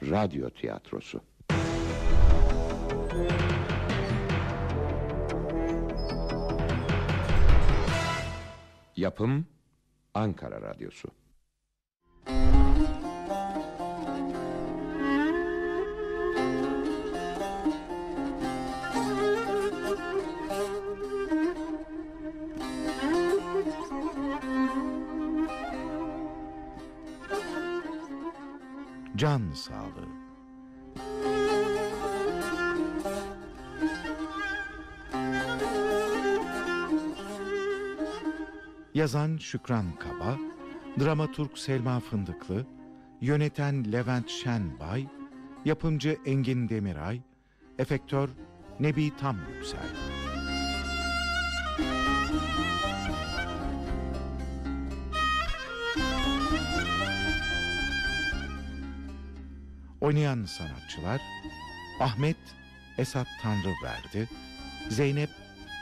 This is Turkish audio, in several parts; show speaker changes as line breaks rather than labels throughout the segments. radyo tiyatrosu. Yapım Ankara Radyosu.
Can sağlığı. Yazan Şükran Kaba, dramaturg Selma Fındıklı, yöneten Levent Şenbay, yapımcı Engin Demiray, efektör Nebi Tam Yüksel. Oynayan sanatçılar Ahmet Esat Tanrıverdi, Zeynep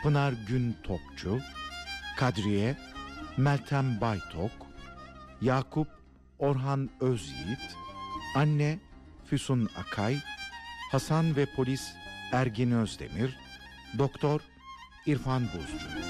Pınar Gün Topçu, Kadriye Meltem Baytok, Yakup Orhan Özyiğit, Anne Füsun Akay, Hasan ve polis Ergin Özdemir, Doktor İrfan Buzcu.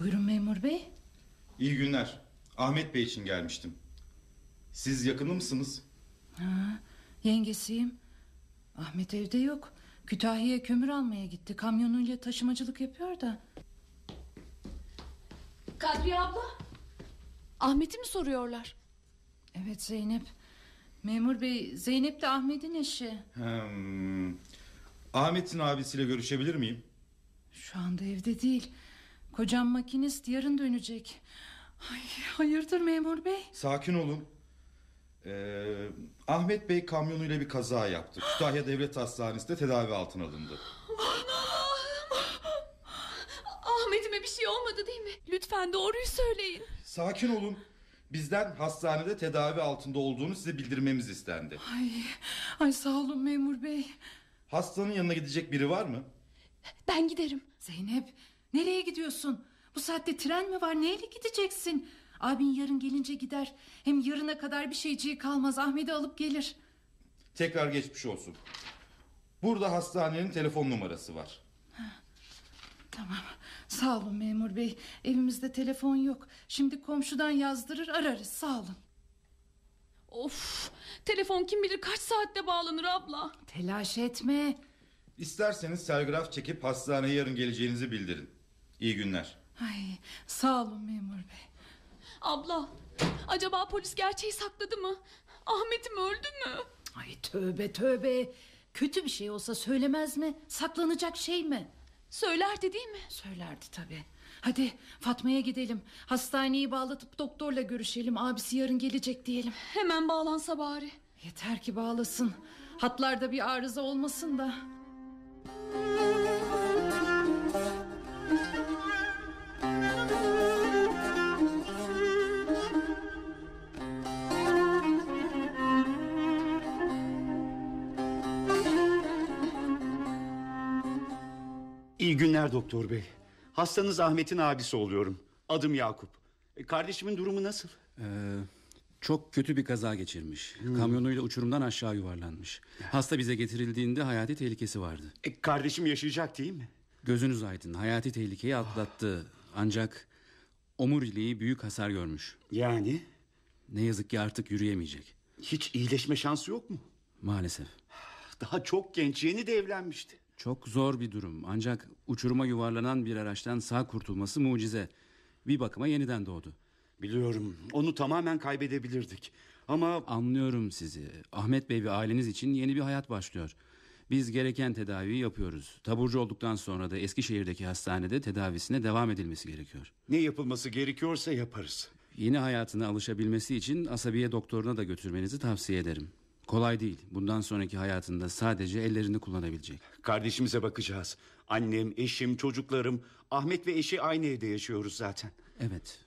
Buyurun memur bey.
İyi günler. Ahmet Bey için gelmiştim. Siz yakını mısınız?
Ha, yengesiyim. Ahmet evde yok. Kütahya'ya kömür almaya gitti. Kamyonuyla taşımacılık yapıyor da.
Kadriye abla. Ahmet'i mi soruyorlar?
Evet Zeynep. Memur bey Zeynep de Ahmet'in eşi.
Hmm. Ahmet'in abisiyle görüşebilir miyim?
Şu anda evde değil. Kocam makinist yarın dönecek. Ay, hayırdır memur bey?
Sakin olun. Ee, Ahmet Bey kamyonuyla bir kaza yaptı. Kütahya Devlet Hastanesi'nde tedavi altına alındı.
Ahmet'ime bir şey olmadı değil mi? Lütfen doğruyu söyleyin.
Sakin olun. Bizden hastanede tedavi altında olduğunu size bildirmemiz istendi.
Ay, ay sağ olun memur bey.
Hastanın yanına gidecek biri var mı?
Ben giderim.
Zeynep nereye gidiyorsun? Bu saatte tren mi var neyle gideceksin? Abin yarın gelince gider. Hem yarına kadar bir şeyciği kalmaz Ahmet'i alıp gelir.
Tekrar geçmiş olsun. Burada hastanenin telefon numarası var.
Tamam sağ olun memur bey. Evimizde telefon yok. Şimdi komşudan yazdırır ararız sağ olun.
Of. Telefon kim bilir kaç saatte bağlanır abla.
Telaş etme.
İsterseniz telgraf çekip hastaneye yarın geleceğinizi bildirin. İyi günler.
Ay, sağ olun memur bey.
Abla. Acaba polis gerçeği sakladı mı? Ahmet'im öldü mü?
Ay tövbe tövbe. Kötü bir şey olsa söylemez mi? Saklanacak şey mi?
Söylerdi değil mi?
Söylerdi tabii. Hadi Fatma'ya gidelim. Hastaneyi bağlatıp doktorla görüşelim. Abisi yarın gelecek diyelim.
Hemen bağlansa bari.
Yeter ki bağlasın. Hatlarda bir arıza olmasın da.
İyi günler doktor bey. Hastanız Ahmet'in abisi oluyorum. Adım Yakup. E, Kardeşimin durumu nasıl?
Ee, çok kötü bir kaza geçirmiş.
Hmm.
Kamyonuyla uçurumdan aşağı yuvarlanmış. Hasta bize getirildiğinde hayati tehlikesi vardı.
E, Kardeşim yaşayacak değil mi?
Gözünüz aydın. Hayati tehlikeyi atlattı. Ancak omuriliği büyük hasar görmüş.
Yani
Ne yazık ki artık yürüyemeyecek.
hiç iyileşme şansı yok mu?
Maalesef.
Daha çok genç yeni de evlenmişti.
Çok zor bir durum. Ancak uçuruma yuvarlanan bir araçtan sağ kurtulması mucize. Bir bakıma yeniden doğdu.
Biliyorum onu tamamen kaybedebilirdik. Ama
Anlıyorum sizi. Ahmet Bey ve aileniz için yeni bir hayat başlıyor. Biz gereken tedaviyi yapıyoruz. Taburcu olduktan sonra da Eskişehir'deki hastanede tedavisine devam edilmesi gerekiyor.
ne yapılması gerekiyorsa yaparız.
Yeni hayatına alışabilmesi için asabiye doktoruna da götürmenizi tavsiye ederim. Kolay değil. Bundan sonraki hayatında sadece ellerini kullanabilecek.
Kardeşimize bakacağız. Annem, eşim, çocuklarım, Ahmet ve eşi aynı evde yaşıyoruz zaten.
Evet.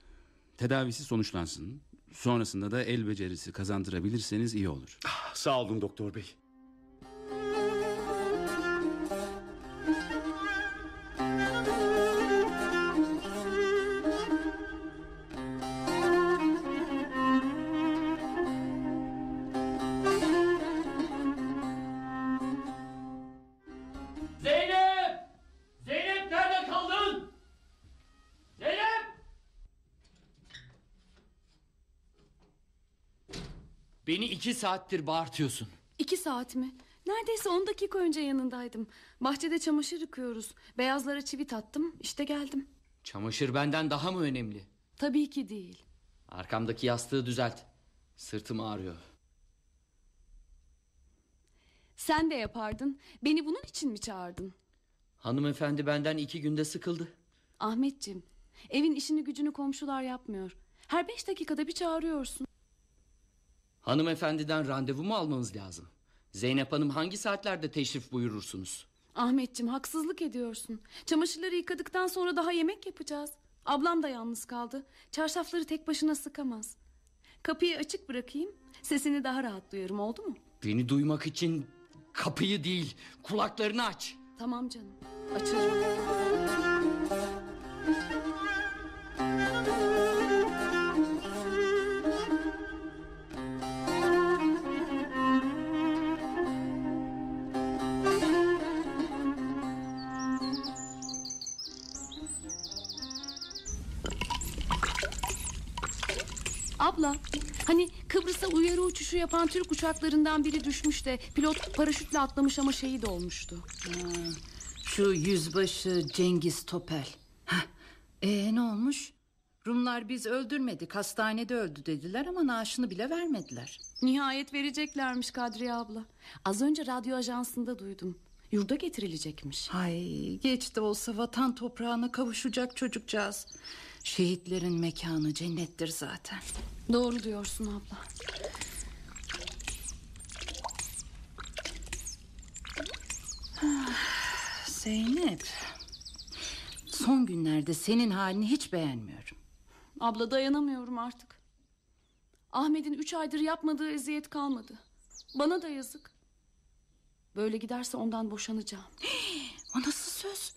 Tedavisi sonuçlansın. Sonrasında da el becerisi kazandırabilirseniz iyi olur.
Ah, Sağ olun doktor bey.
Zeynep! Zeynep nerede kaldın? Zeynep! Beni iki saattir bağırtıyorsun.
İki saat mi? Neredeyse on dakika önce yanındaydım. Bahçede çamaşır yıkıyoruz. Beyazlara çivit attım. İşte geldim.
Çamaşır benden daha mı önemli?
Tabii ki değil.
Arkamdaki yastığı düzelt. Sırtım ağrıyor.
Sen de yapardın. Beni bunun için mi çağırdın?
Hanımefendi benden iki günde sıkıldı.
Ahmetciğim, evin işini gücünü komşular yapmıyor. Her beş dakikada bir çağırıyorsun.
Hanımefendiden randevu mu almamız lazım? Zeynep Hanım hangi saatlerde teşrif buyurursunuz?
Ahmetciğim haksızlık ediyorsun. Çamaşırları yıkadıktan sonra daha yemek yapacağız. Ablam da yalnız kaldı. Çarşafları tek başına sıkamaz. Kapıyı açık bırakayım. Sesini daha rahat duyarım oldu mu?
Beni duymak için kapıyı değil kulaklarını aç.
Tamam canım. Açarım. Abla, hani Kıbrıs'a uyarı uçuşu yapan Türk uçaklarından biri düşmüş de pilot paraşütle atlamış ama şehit olmuştu.
Şu yüzbaşı Cengiz Topel. Hah, Ee ne olmuş? Rumlar biz öldürmedik hastanede öldü dediler ama naaşını bile vermediler.
Nihayet vereceklermiş Kadriye abla. Az önce radyo ajansında duydum. Yurda getirilecekmiş.
Ay geç de olsa vatan toprağına kavuşacak çocukcağız. Şehitlerin mekanı cennettir zaten.
Doğru diyorsun abla.
Ah, Zeynep. Son günlerde senin halini hiç beğenmiyorum.
Abla dayanamıyorum artık. Ahmet'in üç aydır yapmadığı eziyet kalmadı. Bana da yazık. Böyle giderse ondan boşanacağım.
O nasıl söz?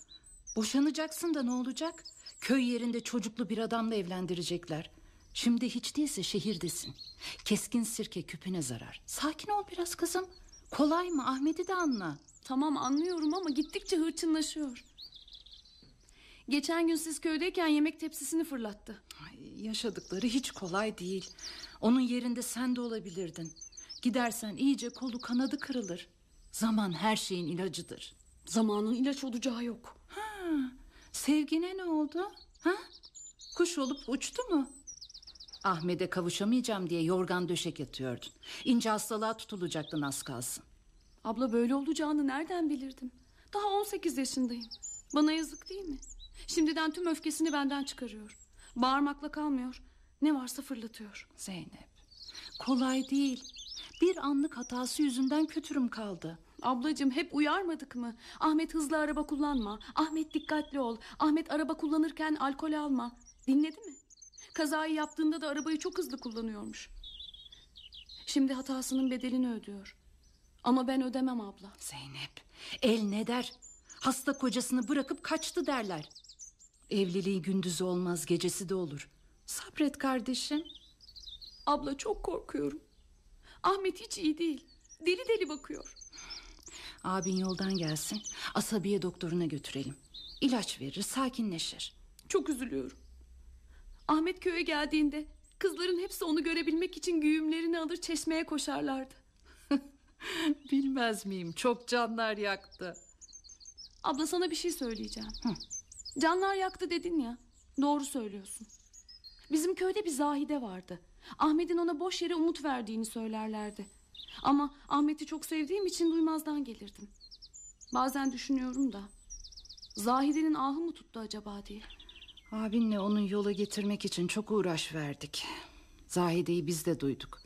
Boşanacaksın da ne olacak? Köy yerinde çocuklu bir adamla evlendirecekler. Şimdi hiç değilse şehirdesin. Keskin sirke küpüne zarar. Sakin ol biraz kızım. Kolay mı? Ahmet'i de anla.
Tamam anlıyorum ama gittikçe hırçınlaşıyor. Geçen gün siz köydeyken yemek tepsisini fırlattı.
Ay, yaşadıkları hiç kolay değil. Onun yerinde sen de olabilirdin. Gidersen iyice kolu kanadı kırılır. Zaman her şeyin ilacıdır.
Zamanın ilaç olacağı yok.
Sevgine ne oldu? Ha? Kuş olup uçtu mu? Ahmet'e kavuşamayacağım diye yorgan döşek yatıyordun. İnce hastalığa tutulacaktın az kalsın.
Abla böyle olacağını nereden bilirdim? Daha 18 yaşındayım. Bana yazık değil mi? Şimdiden tüm öfkesini benden çıkarıyor. Bağırmakla kalmıyor. Ne varsa fırlatıyor.
Zeynep, kolay değil. Bir anlık hatası yüzünden kötürüm kaldı.
Ablacığım hep uyarmadık mı? Ahmet hızlı araba kullanma. Ahmet dikkatli ol. Ahmet araba kullanırken alkol alma. Dinledi mi? Kazayı yaptığında da arabayı çok hızlı kullanıyormuş. Şimdi hatasının bedelini ödüyor. Ama ben ödemem abla.
Zeynep, el ne der? Hasta kocasını bırakıp kaçtı derler. Evliliği gündüz olmaz, gecesi de olur. Sabret kardeşim.
Abla çok korkuyorum. Ahmet hiç iyi değil. Deli deli bakıyor.
Abin yoldan gelsin, asabiye doktoruna götürelim. İlaç verir, sakinleşir.
Çok üzülüyorum. Ahmet köye geldiğinde kızların hepsi onu görebilmek için güğümlerini alır çeşmeye koşarlardı.
Bilmez miyim? Çok canlar yaktı.
Abla sana bir şey söyleyeceğim. Canlar yaktı dedin ya. Doğru söylüyorsun. Bizim köyde bir zahide vardı. Ahmet'in ona boş yere umut verdiğini söylerlerdi. Ama Ahmet'i çok sevdiğim için duymazdan gelirdim. Bazen düşünüyorum da. Zahide'nin ahı mı tuttu acaba diye.
Abinle onun yola getirmek için çok uğraş verdik. Zahide'yi biz de duyduk.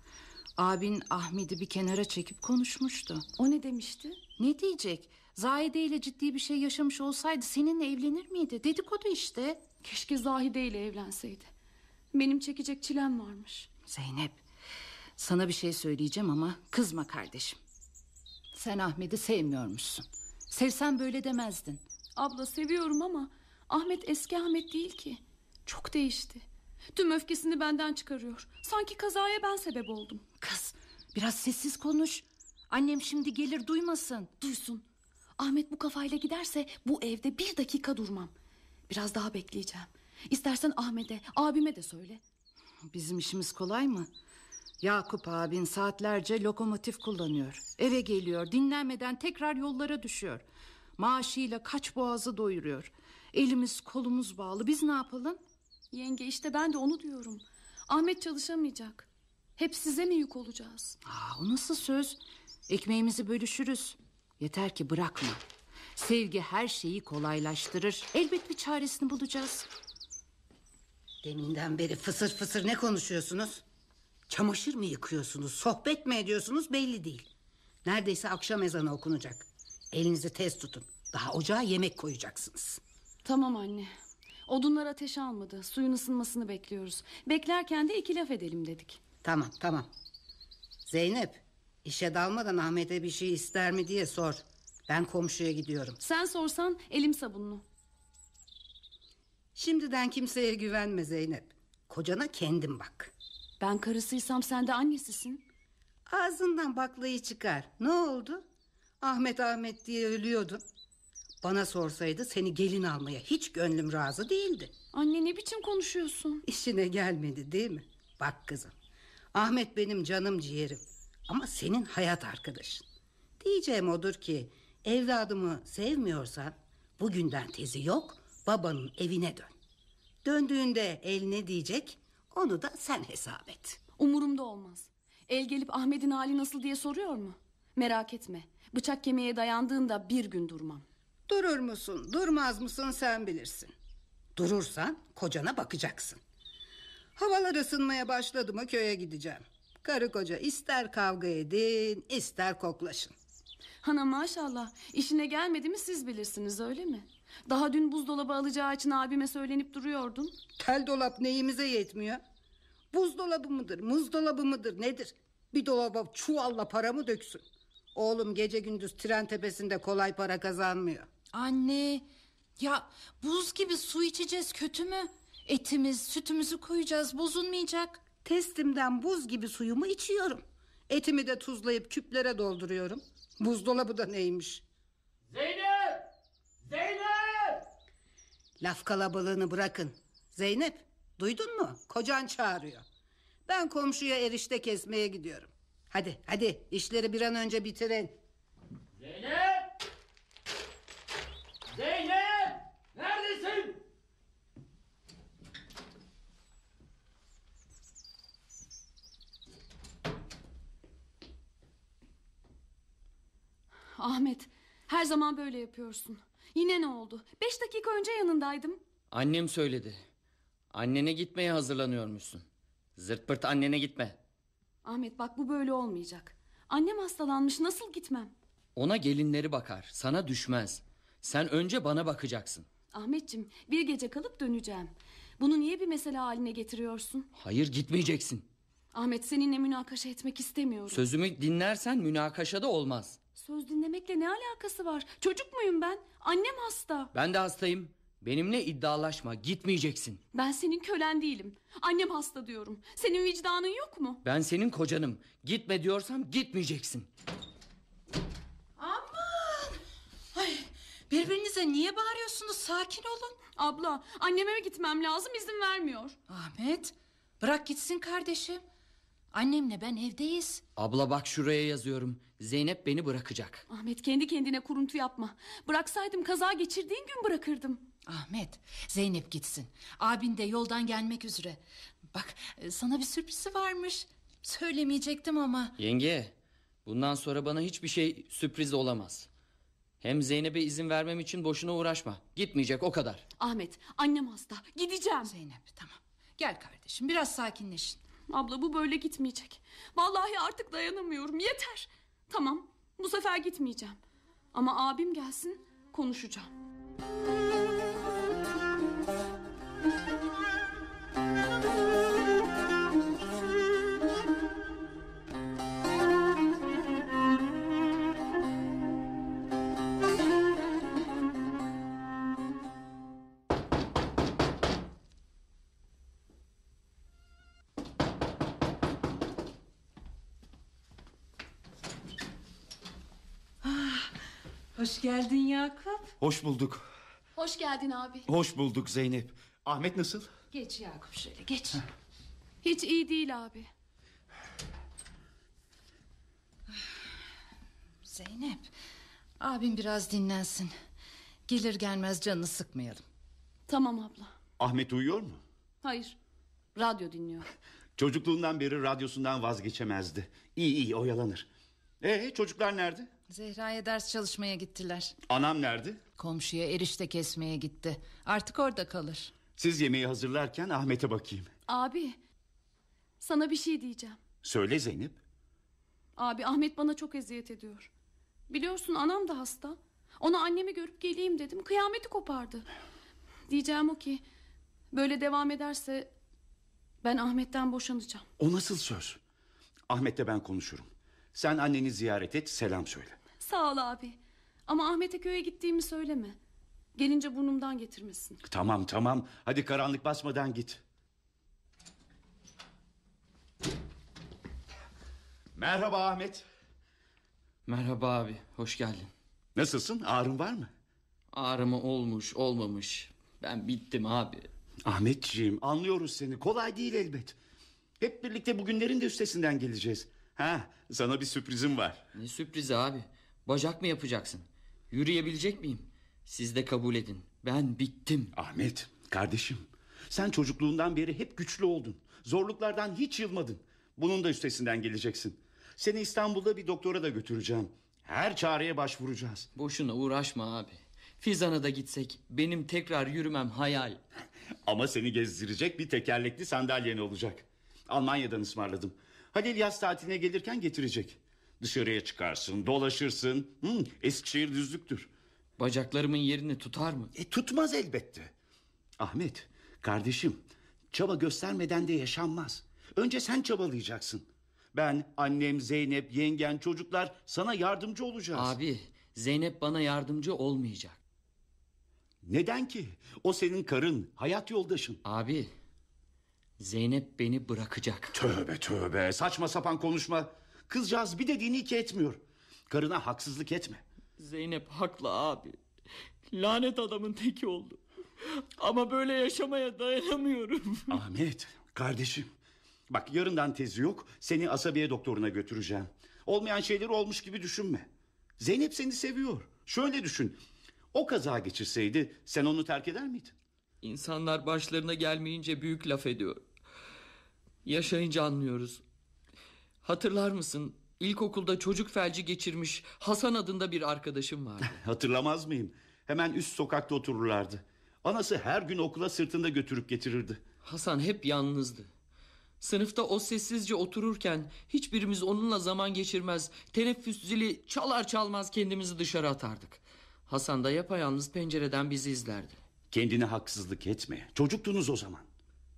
Abin Ahmet'i bir kenara çekip konuşmuştu.
O ne demişti?
Ne diyecek? Zahide ile ciddi bir şey yaşamış olsaydı seninle evlenir miydi? Dedikodu işte.
Keşke Zahide ile evlenseydi. Benim çekecek çilem varmış.
Zeynep, sana bir şey söyleyeceğim ama kızma kardeşim. Sen Ahmet'i sevmiyormuşsun. Sevsen böyle demezdin.
Abla seviyorum ama Ahmet eski Ahmet değil ki. Çok değişti. Tüm öfkesini benden çıkarıyor. Sanki kazaya ben sebep oldum.
Kız, biraz sessiz konuş. Annem şimdi gelir duymasın.
Duysun. Ahmet bu kafayla giderse bu evde bir dakika durmam. Biraz daha bekleyeceğim. İstersen Ahmet'e, abime de söyle.
Bizim işimiz kolay mı? Yakup abin saatlerce lokomotif kullanıyor. Eve geliyor, dinlenmeden tekrar yollara düşüyor. Maaşıyla kaç boğazı doyuruyor. Elimiz kolumuz bağlı. Biz ne yapalım?
Yenge işte ben de onu diyorum. Ahmet çalışamayacak. Hep size mi yük olacağız?
Aa, o nasıl söz? Ekmeğimizi bölüşürüz. Yeter ki bırakma. Sevgi her şeyi kolaylaştırır. Elbet bir çaresini bulacağız.
Deminden beri fısır fısır ne konuşuyorsunuz? Çamaşır mı yıkıyorsunuz, sohbet mi ediyorsunuz belli değil. Neredeyse akşam ezanı okunacak. Elinizi tez tutun. Daha ocağa yemek koyacaksınız.
Tamam anne. Odunlar ateş almadı. Suyun ısınmasını bekliyoruz. Beklerken de iki laf edelim dedik.
Tamam, tamam. Zeynep, işe dalmadan Ahmet'e bir şey ister mi diye sor. Ben komşuya gidiyorum.
Sen sorsan elim sabunlu.
Şimdiden kimseye güvenme Zeynep. Kocana kendin bak.
Ben karısıysam sen de annesisin.
Ağzından baklayı çıkar. Ne oldu? Ahmet Ahmet diye ölüyordun. Bana sorsaydı seni gelin almaya hiç gönlüm razı değildi.
Anne ne biçim konuşuyorsun?
İşine gelmedi değil mi? Bak kızım. Ahmet benim canım ciğerim. Ama senin hayat arkadaşın. Diyeceğim odur ki evladımı sevmiyorsan bugünden tezi yok babanın evine dön. Döndüğünde el ne diyecek onu da sen hesap et.
Umurumda olmaz. El gelip Ahmet'in hali nasıl diye soruyor mu? Merak etme. Bıçak kemiğe dayandığında bir gün durmam.
Durur musun, durmaz mısın sen bilirsin. Durursan kocana bakacaksın. Havalar ısınmaya başladı mı köye gideceğim. Karı koca ister kavga edin, ister koklaşın.
Hana maşallah işine gelmedi mi siz bilirsiniz öyle mi? Daha dün buzdolabı alacağı için abime söylenip duruyordun.
Tel dolap neyimize yetmiyor? Buzdolabı mıdır, muzdolabı mıdır nedir? Bir dolaba çuvalla para mı döksün? Oğlum gece gündüz tren tepesinde kolay para kazanmıyor.
Anne, ya buz gibi su içeceğiz kötü mü? Etimiz, sütümüzü koyacağız, bozulmayacak.
Testimden buz gibi suyumu içiyorum. Etimi de tuzlayıp küplere dolduruyorum. Buzdolabı da neymiş?
Zeynep! Zeynep!
Laf kalabalığını bırakın. Zeynep, duydun mu? Kocan çağırıyor. Ben komşuya erişte kesmeye gidiyorum. Hadi, hadi işleri bir an önce bitirin.
Zeynep! Zeynep! Neredesin?
Ahmet her zaman böyle yapıyorsun. Yine ne oldu? Beş dakika önce yanındaydım.
Annem söyledi. Annene gitmeye hazırlanıyormuşsun. Zırt pırt annene gitme.
Ahmet bak bu böyle olmayacak. Annem hastalanmış nasıl gitmem?
Ona gelinleri bakar, sana düşmez. Sen önce bana bakacaksın.
Ahmetçim bir gece kalıp döneceğim. Bunu niye bir mesele haline getiriyorsun?
Hayır gitmeyeceksin.
Ahmet seninle münakaşa etmek istemiyorum.
Sözümü dinlersen münakaşa da olmaz.
Söz dinlemekle ne alakası var? Çocuk muyum ben? Annem hasta.
Ben de hastayım. Benimle iddialaşma, gitmeyeceksin.
Ben senin kölen değilim. Annem hasta diyorum. Senin vicdanın yok mu?
Ben senin kocanım. Gitme diyorsam gitmeyeceksin.
Birbirinize niye bağırıyorsunuz? Sakin olun.
Abla anneme gitmem lazım izin vermiyor.
Ahmet, bırak gitsin kardeşim. Annemle ben evdeyiz.
Abla bak şuraya yazıyorum. Zeynep beni bırakacak.
Ahmet kendi kendine kuruntu yapma. Bıraksaydım kaza geçirdiğin gün bırakırdım.
Ahmet, Zeynep gitsin. Abin de yoldan gelmek üzere. Bak, e, sana bir sürprizi varmış. Söylemeyecektim ama.
Yenge, bundan sonra bana hiçbir şey sürpriz olamaz. Hem Zeynep'e izin vermem için boşuna uğraşma. Gitmeyecek o kadar.
Ahmet annem hasta gideceğim.
Zeynep, tamam. Gel kardeşim, biraz sakinleşin.
Abla bu böyle gitmeyecek. Vallahi artık dayanamıyorum. Yeter. Tamam. Bu sefer gitmeyeceğim. Ama abim gelsin konuşacağım.
Ah, Hoş geldin Yakup.
Hoş bulduk.
Hoş geldin abi.
Hoş bulduk Zeynep. Ahmet nasıl?
Geç Yakup şöyle geç.
Hiç iyi değil abi.
Zeynep, abim biraz dinlensin. Gelir gelmez canını sıkmayalım.
Tamam abla.
Ahmet uyuyor mu?
Hayır. Radyo dinliyor.
Çocukluğundan beri radyosundan vazgeçemezdi. İyi iyi oyalanır. Ee çocuklar nerede?
Zehra'ya ders çalışmaya gittiler.
Anam nerede?
Komşuya erişte kesmeye gitti. Artık orada kalır.
Siz yemeği hazırlarken Ahmet'e bakayım.
Abi. Sana bir şey diyeceğim.
Söyle Zeynep.
Abi Ahmet bana çok eziyet ediyor. Biliyorsun anam da hasta. Ona annemi görüp geleyim dedim. Kıyameti kopardı. Diyeceğim o ki böyle devam ederse ben Ahmet'ten boşanacağım.
O nasıl söz? Ahmet'le ben konuşurum. Sen anneni ziyaret et, selam söyle.
Sağ ol abi. Ama Ahmet'e köye gittiğimi söyleme. Gelince burnumdan getirmesin.
Tamam tamam. Hadi karanlık basmadan git. Merhaba Ahmet.
Merhaba abi, hoş geldin.
Nasılsın? Ağrın var mı?
Ağrımı olmuş, olmamış. Ben bittim abi.
Ahmetciğim anlıyoruz seni. Kolay değil elbet. Hep birlikte bugünlerin de üstesinden geleceğiz. Ha, sana bir sürprizim var.
Ne sürprizi abi. Bacak mı yapacaksın? Yürüyebilecek miyim? Siz de kabul edin. Ben bittim.
Ahmet, kardeşim. Sen çocukluğundan beri hep güçlü oldun. Zorluklardan hiç yılmadın. Bunun da üstesinden geleceksin. Seni İstanbul'da bir doktora da götüreceğim. Her çareye başvuracağız.
Boşuna uğraşma abi. Fizan'a da gitsek benim tekrar yürümem hayal.
Ama seni gezdirecek bir tekerlekli sandalyen olacak. Almanya'dan ısmarladım. Halil yaz tatiline gelirken getirecek. Dışarıya çıkarsın, dolaşırsın. Hmm, Eskişehir düzlüktür.
Bacaklarımın yerini tutar mı?
E, tutmaz elbette. Ahmet, kardeşim, çaba göstermeden de yaşanmaz. Önce sen çabalayacaksın. Ben, annem, Zeynep, yengen, çocuklar sana yardımcı olacağız.
Abi Zeynep bana yardımcı olmayacak.
Neden ki? O senin karın, hayat yoldaşın.
Abi Zeynep beni bırakacak.
Tövbe tövbe, saçma sapan konuşma. Kızcağız bir dediğini iki etmiyor. Karına haksızlık etme.
Zeynep haklı abi. Lanet adamın teki oldu. Ama böyle yaşamaya dayanamıyorum.
Ahmet, kardeşim. Bak yarından tezi yok. Seni asabiye doktoruna götüreceğim. Olmayan şeyleri olmuş gibi düşünme. Zeynep seni seviyor. Şöyle düşün. O kaza geçirseydi sen onu terk eder miydin?
İnsanlar başlarına gelmeyince büyük laf ediyor. Yaşayınca anlıyoruz. Hatırlar mısın? İlkokulda çocuk felci geçirmiş Hasan adında bir arkadaşım vardı.
Hatırlamaz mıyım? Hemen üst sokakta otururlardı. Anası her gün okula sırtında götürüp getirirdi.
Hasan hep yalnızdı. Sınıfta o sessizce otururken hiçbirimiz onunla zaman geçirmez, teneffüs zili çalar çalmaz kendimizi dışarı atardık. Hasan da yapayalnız pencereden bizi izlerdi.
Kendine haksızlık etme. Çocuktunuz o zaman.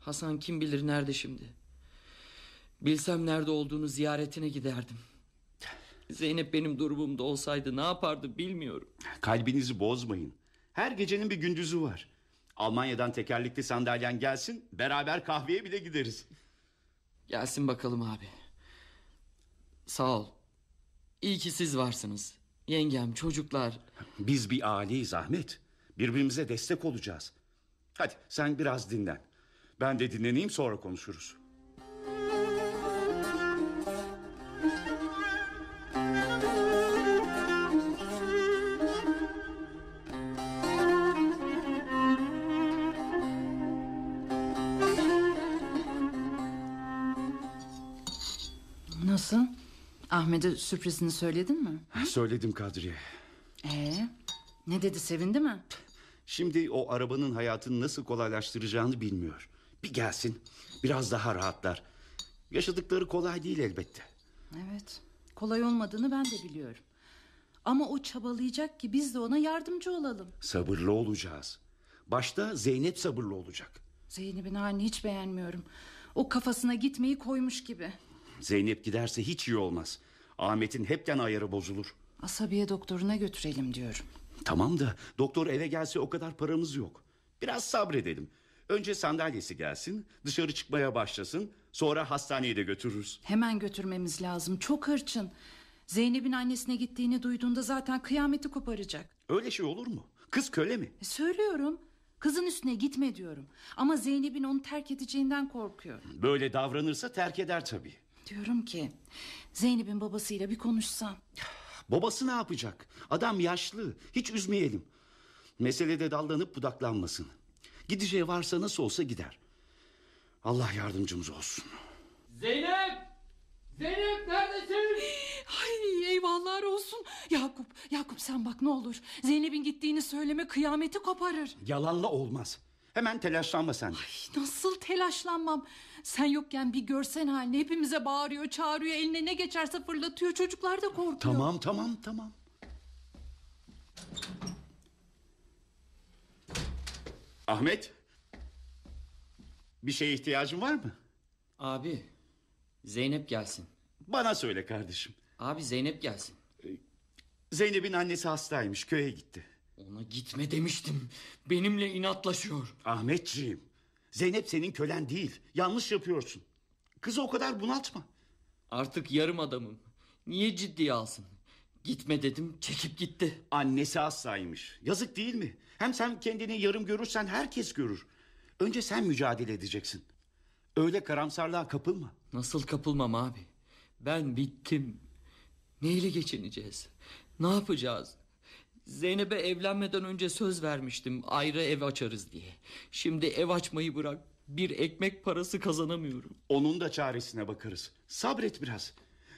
Hasan kim bilir nerede şimdi? Bilsem nerede olduğunu ziyaretine giderdim. Zeynep benim durumumda olsaydı ne yapardı bilmiyorum.
Kalbinizi bozmayın. Her gecenin bir gündüzü var. Almanya'dan tekerlekli sandalyen gelsin, beraber kahveye bile gideriz.
Gelsin bakalım abi. Sağ ol. İyi ki siz varsınız. Yengem, çocuklar.
Biz bir aileyiz Ahmet. Birbirimize destek olacağız. Hadi sen biraz dinlen. Ben de dinleneyim sonra konuşuruz.
Nasıl? Ahmet'e sürprizini söyledin mi?
Söyledim Kadriye.
Ee, ne dedi sevindi mi?
Şimdi o arabanın hayatını nasıl kolaylaştıracağını bilmiyor. Bir gelsin, biraz daha rahatlar. Yaşadıkları kolay değil elbette.
Evet. Kolay olmadığını ben de biliyorum. Ama o çabalayacak ki biz de ona yardımcı olalım.
Sabırlı olacağız. Başta Zeynep sabırlı olacak.
Zeynep'in halini hiç beğenmiyorum. O kafasına gitmeyi koymuş gibi.
Zeynep giderse hiç iyi olmaz. Ahmet'in hepten ayarı bozulur.
Asabiye doktoruna götürelim diyorum.
Tamam da doktor eve gelse o kadar paramız yok. Biraz sabredelim. Önce sandalyesi gelsin, dışarı çıkmaya başlasın, sonra hastaneye de götürürüz.
Hemen götürmemiz lazım. Çok hırçın. Zeynep'in annesine gittiğini duyduğunda zaten kıyameti koparacak.
Öyle şey olur mu? Kız köle mi?
E, söylüyorum. Kızın üstüne gitme diyorum. Ama Zeynep'in onu terk edeceğinden korkuyor.
Böyle davranırsa terk eder tabii.
Diyorum ki Zeynep'in babasıyla bir konuşsam.
Babası ne yapacak? Adam yaşlı. Hiç üzmeyelim. Meselede dallanıp budaklanmasın. Gideceği varsa nasıl olsa gider. Allah yardımcımız olsun.
Zeynep! Zeynep neredesin?
Ay eyvallah olsun. Yakup, Yakup sen bak ne olur. Zeynep'in gittiğini söyleme kıyameti koparır.
Yalanla olmaz. Hemen telaşlanma sen. de.
Nasıl telaşlanmam. Sen yokken bir görsen halini hepimize bağırıyor, çağırıyor. Eline ne geçerse fırlatıyor. Çocuklar da korkuyor.
Tamam tamam tamam. Ahmet. Bir şeye ihtiyacın var mı?
Abi Zeynep gelsin.
Bana söyle kardeşim.
Abi Zeynep gelsin.
Zeynep'in annesi hastaymış köye gitti.
Ona gitme demiştim. Benimle inatlaşıyor.
Ahmetciğim. Zeynep senin kölen değil. Yanlış yapıyorsun. Kızı o kadar bunaltma.
Artık yarım adamım. Niye ciddiye alsın? Gitme dedim çekip gitti.
Annesi hastaymış. Yazık değil mi? Hem sen kendini yarım görürsen herkes görür. Önce sen mücadele edeceksin. Öyle karamsarlığa kapılma.
Nasıl kapılmam abi? Ben bittim. Neyle geçineceğiz? Ne yapacağız? Zeynep'e evlenmeden önce söz vermiştim ayrı ev açarız diye. Şimdi ev açmayı bırak bir ekmek parası kazanamıyorum.
Onun da çaresine bakarız. Sabret biraz.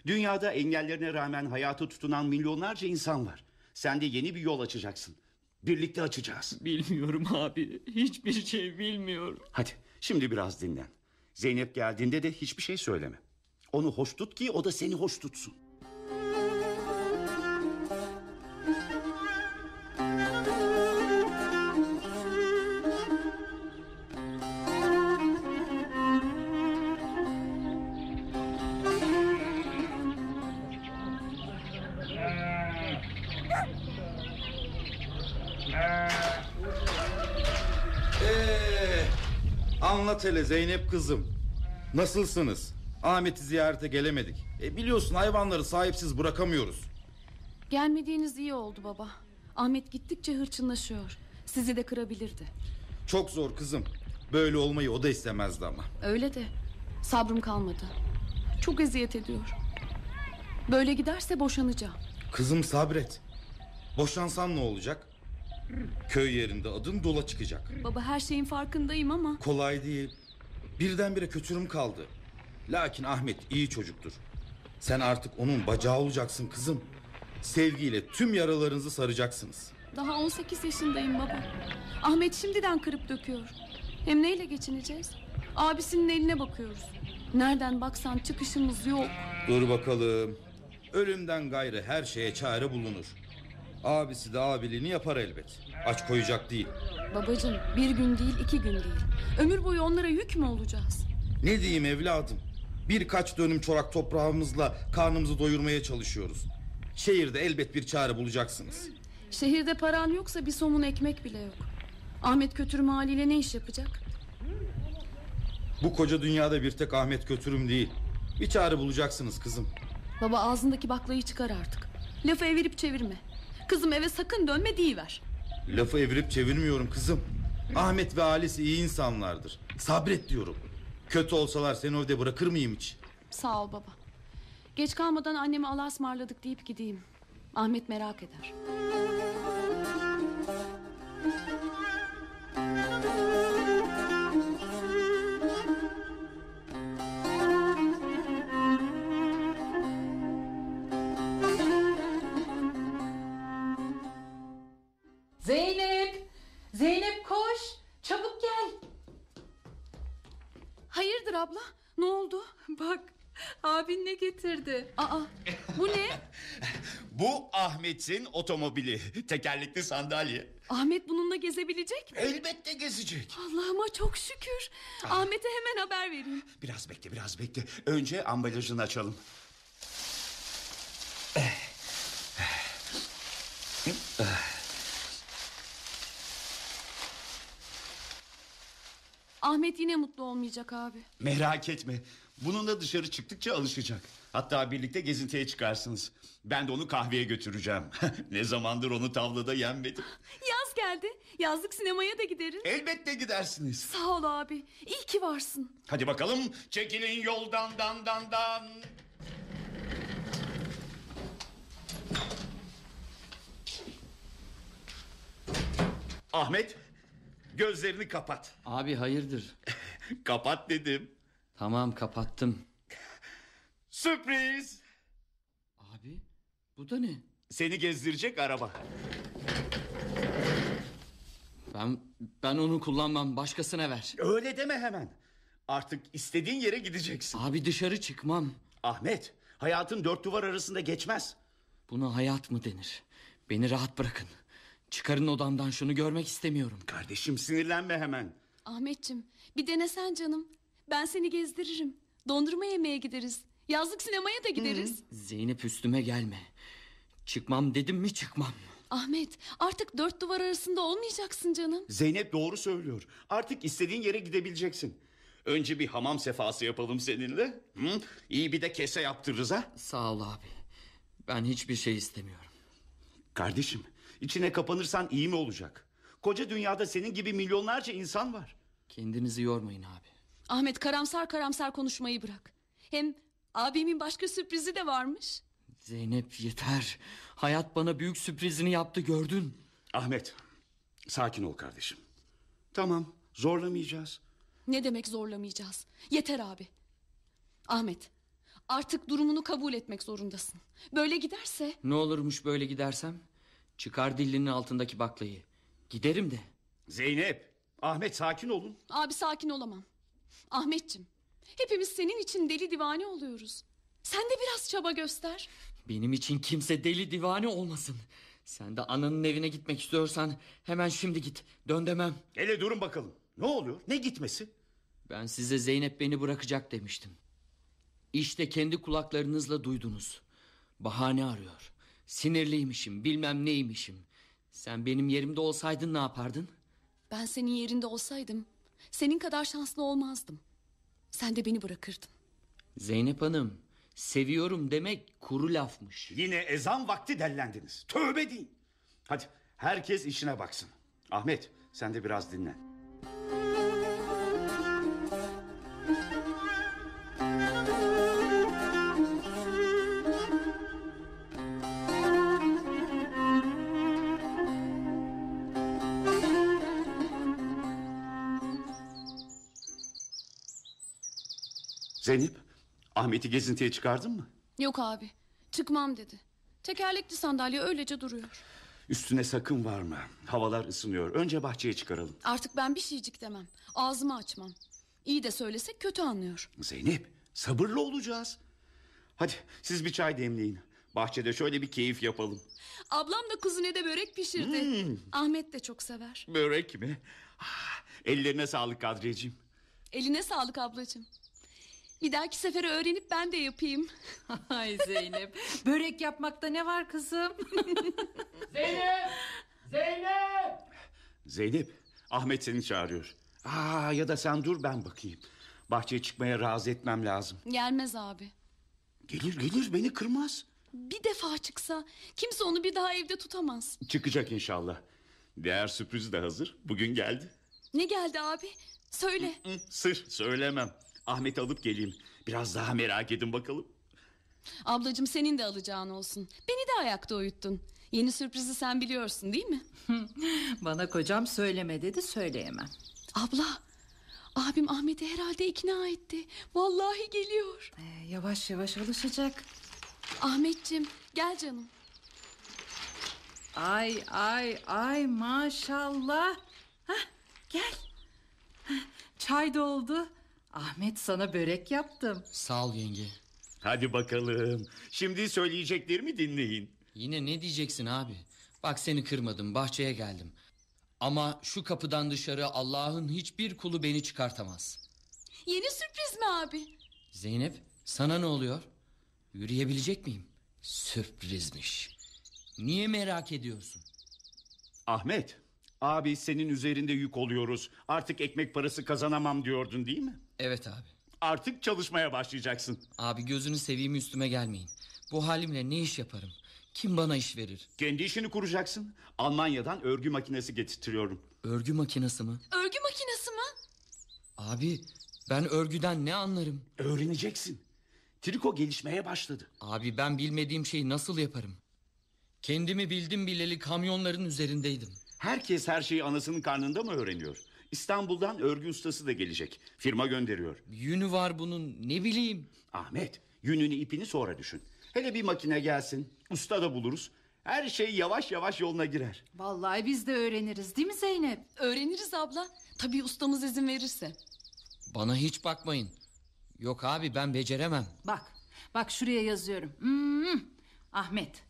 Dünyada engellerine rağmen hayatı tutunan milyonlarca insan var. Sen de yeni bir yol açacaksın. Birlikte açacağız.
Bilmiyorum abi hiçbir şey bilmiyorum.
Hadi şimdi biraz dinlen. Zeynep geldiğinde de hiçbir şey söyleme. Onu hoş tut ki o da seni hoş tutsun.
Ee, anlat hele Zeynep kızım. Nasılsınız? Ahmet'i ziyarete gelemedik. E, biliyorsun hayvanları sahipsiz bırakamıyoruz.
Gelmediğiniz iyi oldu baba. Ahmet gittikçe hırçınlaşıyor. Sizi de kırabilirdi.
Çok zor kızım. Böyle olmayı o da istemezdi ama.
Öyle de sabrım kalmadı. Çok eziyet ediyor. Böyle giderse boşanacağım.
Kızım sabret. Boşansan ne olacak? Köy yerinde adın dola çıkacak.
Baba her şeyin farkındayım ama
Kolay değil. Birdenbire kötürüm kaldı. Lakin Ahmet iyi çocuktur. Sen artık onun bacağı olacaksın kızım. Sevgiyle tüm yaralarınızı saracaksınız.
daha 18 yaşındayım baba. Ahmet şimdiden kırıp döküyor. Hem neyle geçineceğiz? Abisinin eline bakıyoruz. Nereden baksan çıkışımız yok.
Dur bakalım. Ölümden gayrı her şeye çare bulunur. Abisi de abiliğini yapar elbet. Aç koyacak değil.
Babacığım bir gün değil iki gün değil. Ömür boyu onlara yük mü olacağız?
Ne diyeyim evladım? Birkaç dönüm çorak toprağımızla karnımızı doyurmaya çalışıyoruz. Şehirde elbet bir çare bulacaksınız.
Şehirde paran yoksa bir somun ekmek bile yok. Ahmet kötürüm haliyle ne iş yapacak?
Bu koca dünyada bir tek Ahmet Kötürüm değil. Bir çare bulacaksınız kızım.
Baba ağzındaki baklayı çıkar artık. Lafı evirip çevirme. Kızım eve sakın dönme deyiver.
Lafı evirip çevirmiyorum kızım. Ahmet ve ailesi iyi insanlardır. Sabret diyorum. Kötü olsalar seni evde bırakır mıyım hiç?
Sağ ol baba. Geç kalmadan annemi Allah'a ısmarladık deyip gideyim. Ahmet merak eder.
Zeynep! Zeynep koş! Çabuk gel!
Hayırdır abla? Ne oldu?
Bak abin ne getirdi?
Aa bu ne?
Bu Ahmet'in otomobili. Tekerlekli sandalye.
Ahmet bununla gezebilecek mi?
Elbette gezecek. Ah.
Allah'ıma çok şükür. Ahmet'e hemen haber vereyim.
Biraz bekle biraz bekle. Önce ambalajını açalım.
Ahmet yine mutlu olmayacak abi.
Merak etme. Bununla dışarı çıktıkça alışacak. Hatta birlikte gezintiye çıkarsınız. Ben de onu kahveye götüreceğim. ne zamandır onu tavlada yenmedim.
Yaz geldi. Yazlık sinemaya da gideriz.
Elbette gidersiniz.
Sağ ol abi. İyi ki varsın.
Hadi bakalım çekilin yoldan dan dan dan. Ahmet gözlerini kapat.
Abi hayırdır?
Kapat dedim.
Tamam kapattım.
Sürpriz.
Abi bu da ne?
Seni gezdirecek araba.
Ben ben onu kullanmam başkasına ver.
Öyle deme hemen. Artık istediğin yere gideceksin.
Abi dışarı çıkmam.
Ahmet, hayatın dört duvar arasında geçmez.
Buna hayat mı denir? Beni rahat bırakın. Çıkarın odamdan şunu görmek istemiyorum.
Kardeşim sinirlenme hemen.
Ahmetçim, bir denesen canım. Ben seni gezdiririm. Dondurma yemeye gideriz. Yazlık sinemaya da gideriz.
Zeynep üstüme gelme. Çıkmam dedim mi çıkmam.
Ahmet, artık dört duvar arasında olmayacaksın canım.
Zeynep doğru söylüyor. Artık istediğin yere gidebileceksin. Önce bir hamam sefası yapalım seninle. Hı? İyi bir de kese yaptırırız ha.
Sağ ol abi. Ben hiçbir şey istemiyorum.
Kardeşim, içine kapanırsan iyi mi olacak? Koca dünyada senin gibi milyonlarca insan var.
Kendinizi yormayın abi.
Ahmet, karamsar karamsar konuşmayı bırak. Hem abimin başka sürprizi de varmış.
Zeynep yeter. Hayat bana büyük sürprizini yaptı gördün.
Ahmet, sakin ol kardeşim. Tamam, zorlamayacağız.
Ne demek zorlamayacağız? Yeter abi. Ahmet, artık durumunu kabul etmek zorundasın. Böyle giderse
Ne olurmuş böyle gidersem? Çıkar dilinin altındaki baklayı. Giderim de.
Zeynep, Ahmet sakin olun.
Abi sakin olamam. Ahmetçim, hepimiz senin için deli divane oluyoruz. Sen de biraz çaba göster.
Benim için kimse deli divane olmasın. Sen de ananın evine gitmek istiyorsan hemen şimdi git. Dön demem.
Hele durun bakalım. Ne oluyor? Ne gitmesi?
Ben size Zeynep beni bırakacak demiştim. İşte kendi kulaklarınızla duydunuz. Bahane arıyor. Sinirliymişim, bilmem neymişim. Sen benim yerimde olsaydın ne yapardın?
Ben senin yerinde olsaydım, senin kadar şanslı olmazdım. Sen de beni bırakırdın.
Zeynep Hanım, seviyorum demek kuru lafmış.
Yine ezan vakti dellendiniz. Tövbe deyin. Hadi herkes işine baksın. Ahmet sen de biraz dinlen. Zeynep, Ahmet'i gezintiye çıkardın mı?
Yok abi, çıkmam dedi. Tekerlekli sandalye öylece duruyor.
Üstüne sakın varma. Havalar ısınıyor. Önce bahçeye çıkaralım.
Artık ben bir şeycik demem, ağzımı açmam. İyi de söylesek kötü anlıyor.
Zeynep, sabırlı olacağız. Hadi siz bir çay demleyin. Bahçede şöyle bir keyif yapalım.
Ablam da kuzine de börek pişirdi.
Hmm.
Ahmet de çok sever.
Börek mi? Ah, Ellerine sağlık Kadriyeciğim.
Eline sağlık ablacığım. Bir dahaki sefere öğrenip ben de yapayım.
Ay Zeynep.
Börek yapmakta ne var kızım?
Zeynep! Zeynep!
Zeynep, Ahmet seni çağırıyor. Aa, ya da sen dur ben bakayım. Bahçeye çıkmaya razı etmem lazım.
Gelmez abi.
Gelir gelir beni kırmaz.
Bir defa çıksa kimse onu bir daha evde tutamaz.
Çıkacak inşallah. Diğer sürpriz de hazır. Bugün geldi.
Ne geldi abi? Söyle.
Hı, Sır söylemem. Ahmet'i alıp geleyim. Biraz daha merak edin bakalım.
Ablacığım senin de alacağın olsun. Beni de ayakta uyuttun. Yeni sürprizi sen biliyorsun değil mi?
Bana kocam söyleme dedi söyleyemem.
Abla. Abim Ahmet'i herhalde ikna etti. Vallahi geliyor.
Ee, yavaş yavaş alışacak.
Ahmetciğim gel canım.
Ay ay ay maşallah. Hah, gel. Hah, Çay doldu. Ahmet sana börek yaptım.
Sağ ol yenge.
Hadi bakalım. Şimdi söyleyeceklerimi dinleyin.
Yine ne diyeceksin abi? Bak seni kırmadım bahçeye geldim. Ama şu kapıdan dışarı Allah'ın hiçbir kulu beni çıkartamaz.
Yeni sürpriz mi abi?
Zeynep sana ne oluyor? Yürüyebilecek miyim? Sürprizmiş. Niye merak ediyorsun?
Ahmet, abi senin üzerinde yük oluyoruz. Artık ekmek parası kazanamam diyordun değil mi?
Evet abi.
Artık çalışmaya başlayacaksın.
Abi gözünü seveyim üstüme gelmeyin. Bu halimle ne iş yaparım? Kim bana iş verir?
Kendi işini kuracaksın. Almanya'dan örgü makinesi getirtiyorum.
Örgü makinesi mi?
Örgü makinesi mi?
Abi ben örgüden ne anlarım?
Öğreneceksin. Triko gelişmeye başladı.
Abi ben bilmediğim şeyi nasıl yaparım? Kendimi bildim bileli kamyonların üzerindeydim.
Herkes her şeyi anasının karnında mı öğreniyor? İstanbul'dan örgü ustası da gelecek. Firma gönderiyor.
Yünü var bunun ne bileyim.
Ahmet, yününü ipini sonra düşün. Hele bir makine gelsin. Usta da buluruz. Her şey yavaş yavaş yoluna girer.
Vallahi biz de öğreniriz değil mi Zeynep?
Öğreniriz abla. Tabii ustamız izin verirse.
Bana hiç bakmayın. Yok abi ben beceremem.
Bak, bak şuraya yazıyorum. Hmm, Ahmet,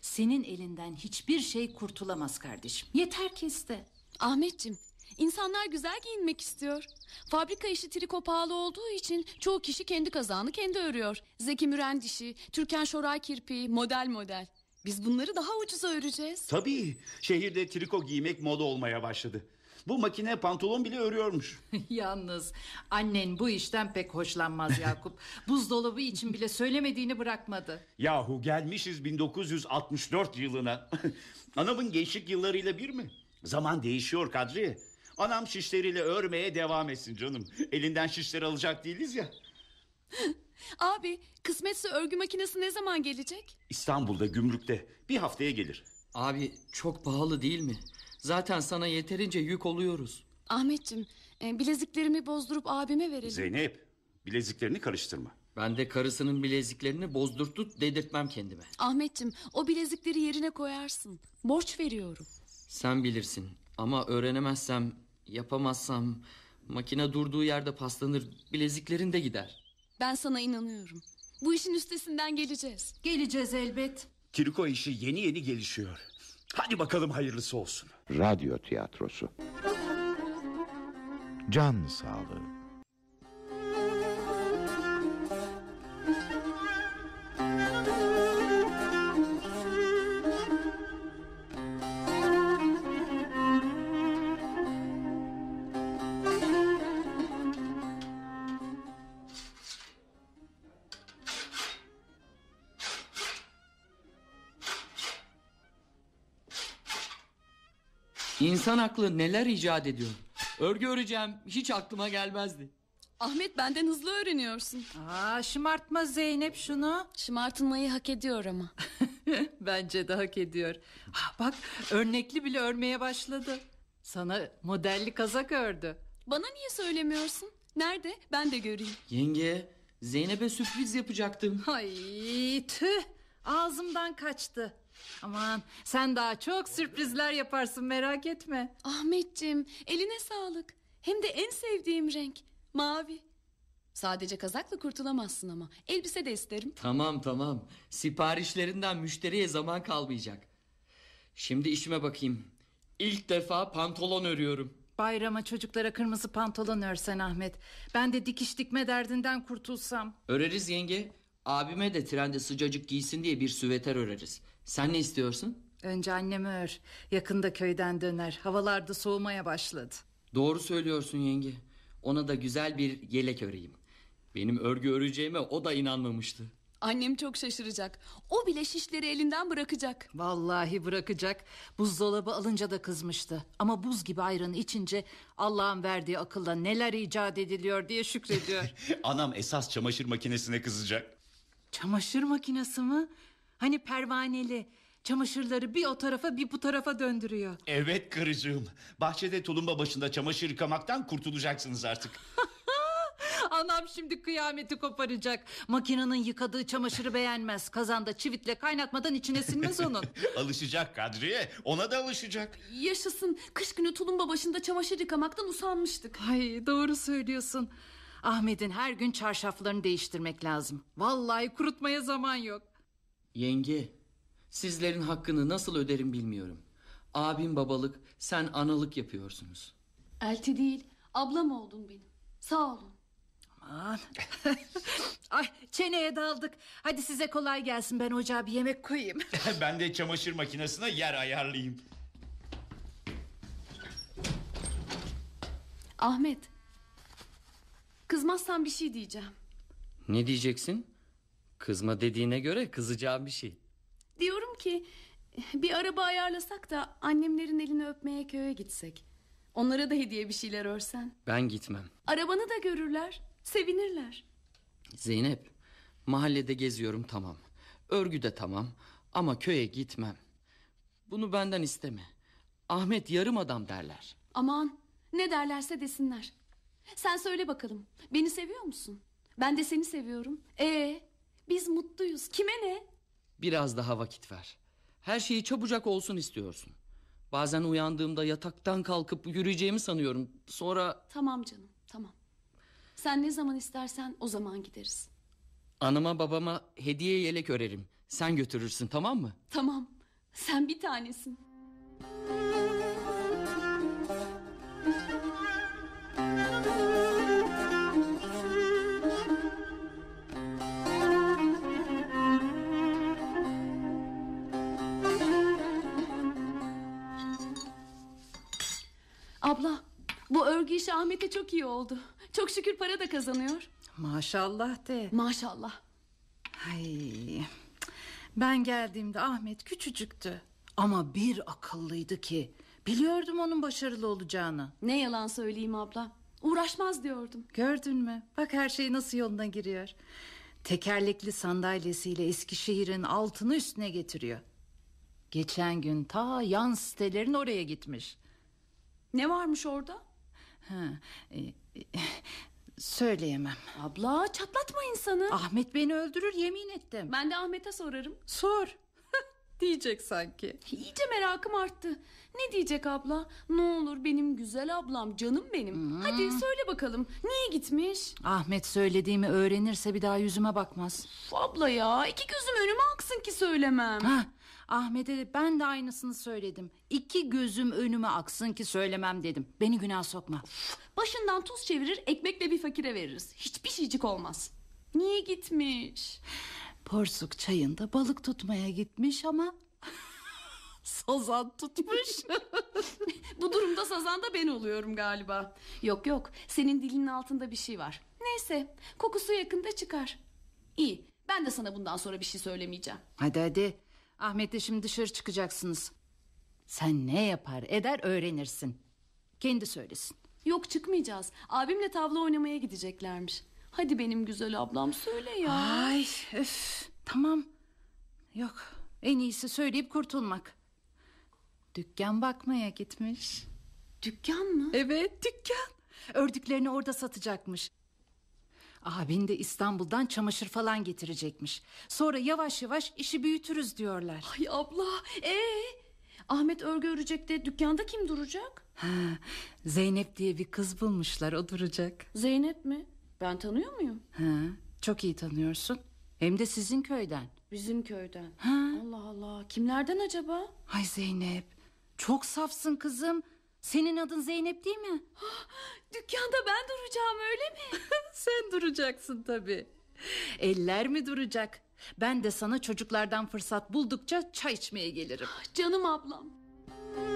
senin elinden hiçbir şey kurtulamaz kardeşim. Yeter ki iste.
Ahmetciğim, insanlar güzel giyinmek istiyor. Fabrika işi triko pahalı olduğu için çoğu kişi kendi kazağını kendi örüyor. Zeki Müren dişi, Türkan Şoray kirpiği, model model. Biz bunları daha ucuza öreceğiz.
Tabii şehirde triko giymek moda olmaya başladı. Bu makine pantolon bile örüyormuş.
Yalnız annen bu işten pek hoşlanmaz Yakup. Buzdolabı için bile söylemediğini bırakmadı.
Yahu gelmişiz 1964 yılına. Anamın gençlik yıllarıyla bir mi? Zaman değişiyor Kadri. Anam şişleriyle örmeye devam etsin canım. Elinden şişler alacak değiliz ya.
Abi, kısmetse örgü makinesi ne zaman gelecek?
İstanbul'da gümrükte bir haftaya gelir.
Abi çok pahalı değil mi? Zaten sana yeterince yük oluyoruz.
Ahmetciğim, e, bileziklerimi bozdurup abime verelim.
Zeynep bileziklerini karıştırma.
Ben de karısının bileziklerini bozdurtut dedirtmem kendime.
Ahmetciğim, o bilezikleri yerine koyarsın. Borç veriyorum.
Sen bilirsin ama öğrenemezsem, yapamazsam... ...makine durduğu yerde paslanır, bileziklerin de gider.
Ben sana inanıyorum. Bu işin üstesinden geleceğiz.
Geleceğiz elbet.
Triko işi yeni yeni gelişiyor. Hadi bakalım hayırlısı olsun.
Radyo tiyatrosu.
Can sağlığı.
İnsan aklı neler icat ediyor. Örgü öreceğim hiç aklıma gelmezdi.
Ahmet benden hızlı öğreniyorsun.
Aa şımartma Zeynep şunu.
Şımartılmayı hak ediyor ama.
Bence de hak ediyor. Ah, bak örnekli bile örmeye başladı. Sana modelli kazak ördü.
Bana niye söylemiyorsun? Nerede? Ben de göreyim.
Yenge, Zeynep'e sürpriz yapacaktım.
Ay tüh ağzımdan kaçtı. Aman sen daha çok sürprizler yaparsın merak etme.
Ahmetciğim, eline sağlık. Hem de en sevdiğim renk, mavi. Sadece kazakla kurtulamazsın ama. Elbise de isterim.
Tamam tamam. Siparişlerinden müşteriye zaman kalmayacak. Şimdi işime bakayım. İlk defa pantolon örüyorum.
Bayrama çocuklara kırmızı pantolon örsen Ahmet. Ben de dikiş dikme derdinden kurtulsam.
Öreriz yenge. Abime de trende sıcacık giysin diye bir süveter öreriz. Sen ne istiyorsun?
Önce annemi ör. Yakında köyden döner. Havalarda soğumaya başladı.
Doğru söylüyorsun yenge. Ona da güzel bir yelek öreyim. Benim örgü öreceğime o da inanmamıştı.
Annem çok şaşıracak. O bile şişleri elinden bırakacak.
Vallahi bırakacak. Buzdolabı alınca da kızmıştı. Ama buz gibi ayranı içince Allah'ın verdiği akılla neler icat ediliyor diye şükrediyor.
Anam esas çamaşır makinesine kızacak.
Çamaşır makinesi mi? Hani pervaneli. Çamaşırları bir o tarafa bir bu tarafa döndürüyor.
Evet karıcığım. Bahçede tulumba başında çamaşır yıkamaktan kurtulacaksınız artık.
Anam şimdi kıyameti koparacak. Makinenin yıkadığı çamaşırı beğenmez. Kazanda çivitle kaynatmadan içine silmez onun.
alışacak Kadriye. Ona da alışacak.
Yaşasın. Kış günü tulumba başında çamaşır yıkamaktan usanmıştık.
Ay doğru söylüyorsun. Ahmet'in her gün çarşaflarını değiştirmek lazım. Vallahi kurutmaya zaman yok.
Yenge, sizlerin hakkını nasıl öderim bilmiyorum. Abim babalık, sen analık yapıyorsunuz.
Elti değil, ablam oldun benim. Sağ olun.
Aman. Ay çeneye daldık. Hadi size kolay gelsin ben ocağa bir yemek koyayım.
ben de çamaşır makinesine yer ayarlayayım.
Ahmet. Kızmazsan bir şey diyeceğim.
Ne diyeceksin? Kızma dediğine göre kızacağım bir şey.
Diyorum ki bir araba ayarlasak da annemlerin elini öpmeye köye gitsek. Onlara da hediye bir şeyler örsen.
Ben gitmem.
Arabanı da görürler, sevinirler.
Zeynep, mahallede geziyorum tamam. Örgü de tamam ama köye gitmem. Bunu benden isteme. Ahmet yarım adam derler.
Aman ne derlerse desinler. Sen söyle bakalım beni seviyor musun? Ben de seni seviyorum. Ee, biz mutluyuz. Kime ne?
Biraz daha vakit ver. Her şeyi çabucak olsun istiyorsun. Bazen uyandığımda yataktan kalkıp yürüyeceğimi sanıyorum. Sonra
Tamam canım tamam. Sen ne zaman istersen o zaman gideriz.
anama babama hediye yelek örerim. Sen götürürsün tamam mı?
Tamam sen bir tanesin. Abla bu örgü işi Ahmet'e çok iyi oldu. Çok şükür para da kazanıyor.
Maşallah de.
Maşallah.
Ay. Ben geldiğimde Ahmet küçücüktü. Ama bir akıllıydı ki. Biliyordum onun başarılı olacağını.
Ne yalan söyleyeyim abla. Uğraşmaz diyordum.
Gördün mü? Bak her şey nasıl yoluna giriyor. Tekerlekli sandalyesiyle Eskişehir'in altını üstüne getiriyor. Geçen gün ta yan sitelerin oraya gitmiş.
Ne varmış orada?
Ha, e, e, söyleyemem.
Abla çatlatma insanı.
Ahmet beni öldürür yemin ettim.
Ben de Ahmet'e sorarım.
Sor. Diyecek sanki.
İyice merakım arttı. Ne diyecek abla? Ne olur benim güzel ablam, canım benim.
Hmm.
Hadi söyle bakalım. Niye gitmiş?
Ahmet söylediğimi öğrenirse bir daha yüzüme bakmaz.
Uf abla ya. iki gözüm önüme aksın ki söylemem.
Ha, Ahmet'e de ben de aynısını söyledim. İki gözüm önüme aksın ki söylemem dedim. Beni günah sokma.
Başından tuz çevirir, ekmekle bir fakire veririz. Hiçbir şeycik olmaz. Niye gitmiş?
Porsuk çayında balık tutmaya gitmiş ama sazan tutmuş.
Bu durumda sazan da ben oluyorum galiba. Yok yok, senin dilinin altında bir şey var. Neyse, kokusu yakında çıkar. İyi, ben de sana bundan sonra bir şey söylemeyeceğim.
hadi hadi. Ahmet'le şimdi dışarı çıkacaksınız. Sen ne yapar eder öğrenirsin. Kendi söylesin.
Yok çıkmayacağız. Abimle tavla oynamaya gideceklermiş. Hadi benim güzel ablam söyle ya.
Ay öf tamam. Yok en iyisi söyleyip kurtulmak. Dükkan bakmaya gitmiş.
Dükkan mı?
Evet dükkan. Ördüklerini orada satacakmış. Abin de İstanbul'dan çamaşır falan getirecekmiş. Sonra yavaş yavaş işi büyütürüz diyorlar.
Ay abla. Ee, Ahmet örgü örecek de dükkanda kim duracak?
Ha, Zeynep diye bir kız bulmuşlar o duracak.
Zeynep mi? Ben tanıyor muyum?
Ha, çok iyi tanıyorsun. Hem de sizin köyden.
Bizim köyden.
Ha.
Allah Allah. Kimlerden acaba?
Ay Zeynep çok safsın kızım. Senin adın Zeynep değil mi?
Dükkanda ben duracağım öyle mi?
Sen duracaksın tabii. Eller mi duracak? Ben de sana çocuklardan fırsat buldukça çay içmeye gelirim.
Canım ablam.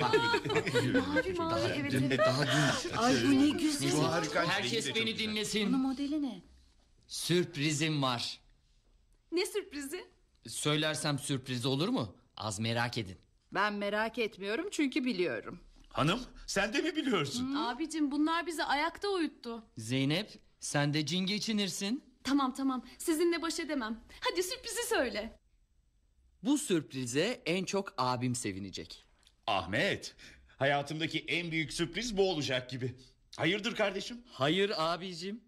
mavi mavi evet evet.
Ay bu ne güzel.
Herkes beni
Bunun
dinlesin.
modeli ne?
Sürprizim var.
Ne sürprizi?
Söylersem sürpriz olur mu? Az merak edin.
Ben merak etmiyorum çünkü biliyorum.
Hanım sen de mi biliyorsun?
Abicim bunlar bizi ayakta uyuttu.
Zeynep, sen de cin geçinirsin.
Tamam tamam sizinle baş edemem. Hadi sürprizi söyle.
Bu sürprize en çok abim sevinecek.
Ahmet hayatımdaki en büyük sürpriz bu olacak gibi. Hayırdır kardeşim?
Hayır abicim,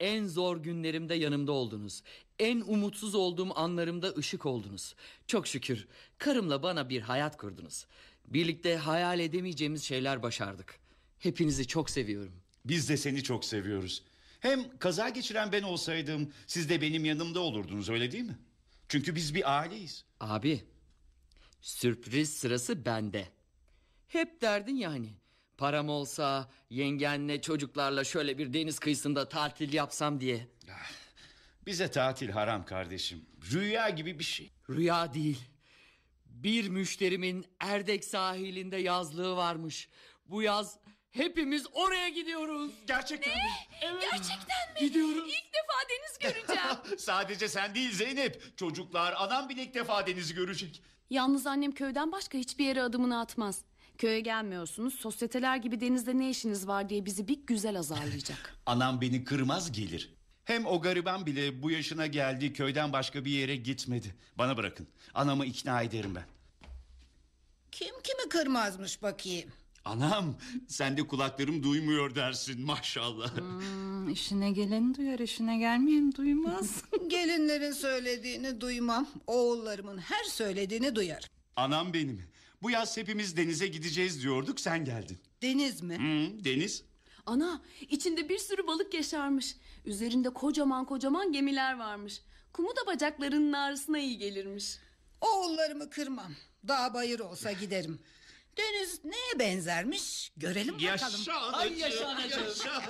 En zor günlerimde yanımda oldunuz. En umutsuz olduğum anlarımda ışık oldunuz. Çok şükür karımla bana bir hayat kurdunuz. Birlikte hayal edemeyeceğimiz şeyler başardık. Hepinizi çok seviyorum.
Biz de seni çok seviyoruz. Hem kaza geçiren ben olsaydım siz de benim yanımda olurdunuz öyle değil mi? Çünkü biz bir aileyiz.
Abi, sürpriz sırası bende. Hep derdin ya hani, param olsa yengenle çocuklarla şöyle bir deniz kıyısında tatil yapsam diye.
Ah, Bize tatil haram kardeşim. Rüya gibi bir şey.
Rüya değil. Bir müşterimin Erdek sahilinde yazlığı varmış. Bu yaz hepimiz oraya gidiyoruz.
Gerçekten mi?
Gerçekten mi?
Gidiyoruz.
İlk defa deniz göreceğim.
Sadece sen değil Zeynep. Çocuklar, anam bile ilk defa denizi görecek.
Yalnız annem köyden başka hiçbir yere adımını atmaz. Köye gelmiyorsunuz, sosyeteler gibi denizde ne işiniz var diye bizi bir güzel azarlayacak.
Anam beni kırmaz gelir. Hem o gariban bile bu yaşına geldi köyden başka bir yere gitmedi. Bana bırakın. Anamı ikna ederim ben.
Kim kimi kırmazmış bakayım.
Anam sen de kulaklarım duymuyor dersin maşallah.
Hmm, işine geleni duyar, işine gelmeyeni duymaz.
Gelinlerin söylediğini duymam. Oğullarımın her söylediğini duyarım.
Anam benim. Bu yaz hepimiz denize gideceğiz diyorduk sen geldin.
Deniz mi?
Hı, deniz?
Ana, içinde bir sürü balık yaşarmış. Üzerinde kocaman kocaman gemiler varmış. Kumu da bacaklarının ağrısına iyi gelirmiş.
Oğullarımı kırmam. Dağ bayır olsa giderim. Deniz neye benzermiş? Görelim bakalım.
Yaşa anacığım.
Ay yaşa anacığım.
yaşa.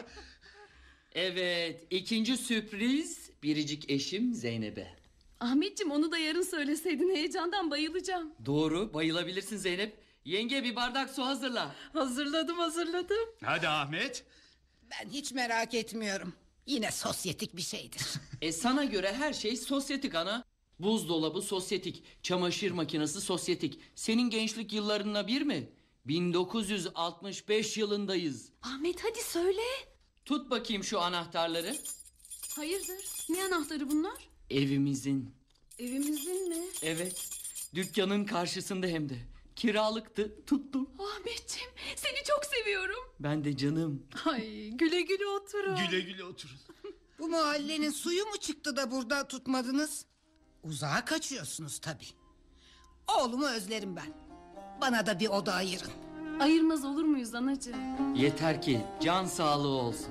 Evet, ikinci sürpriz biricik eşim Zeynep'e.
Ahmetciğim onu da yarın söyleseydin heyecandan bayılacağım.
Doğru, bayılabilirsin Zeynep. Yenge bir bardak su hazırla.
hazırladım, hazırladım.
Hadi Ahmet.
Ben hiç merak etmiyorum. Yine sosyetik bir şeydir.
E sana göre her şey sosyetik ana. Buzdolabı sosyetik, çamaşır makinesi sosyetik. Senin gençlik yıllarınla bir mi? 1965 yılındayız.
Ahmet hadi söyle.
Tut bakayım şu anahtarları.
Hayırdır? Ne anahtarı bunlar?
Evimizin.
Evimizin mi?
Evet. Dükkanın karşısında hem de. Kiralıktı. Tuttum.
Ahmetciğim seni çok seviyorum.
Ben de canım.
Ay, güle güle oturun.
Güle güle oturun.
Bu mahallenin suyu mu çıktı da burada tutmadınız? Uzağa kaçıyorsunuz tabii. Oğlumu özlerim ben. Bana da bir oda ayırın.
Ayırmaz olur muyuz anacığım?
Yeter ki can sağlığı olsun.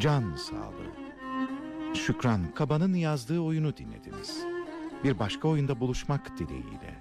Can sağlığı. Şükran Kaba'nın yazdığı oyunu dinlediniz. Bir başka oyunda buluşmak dileğiyle.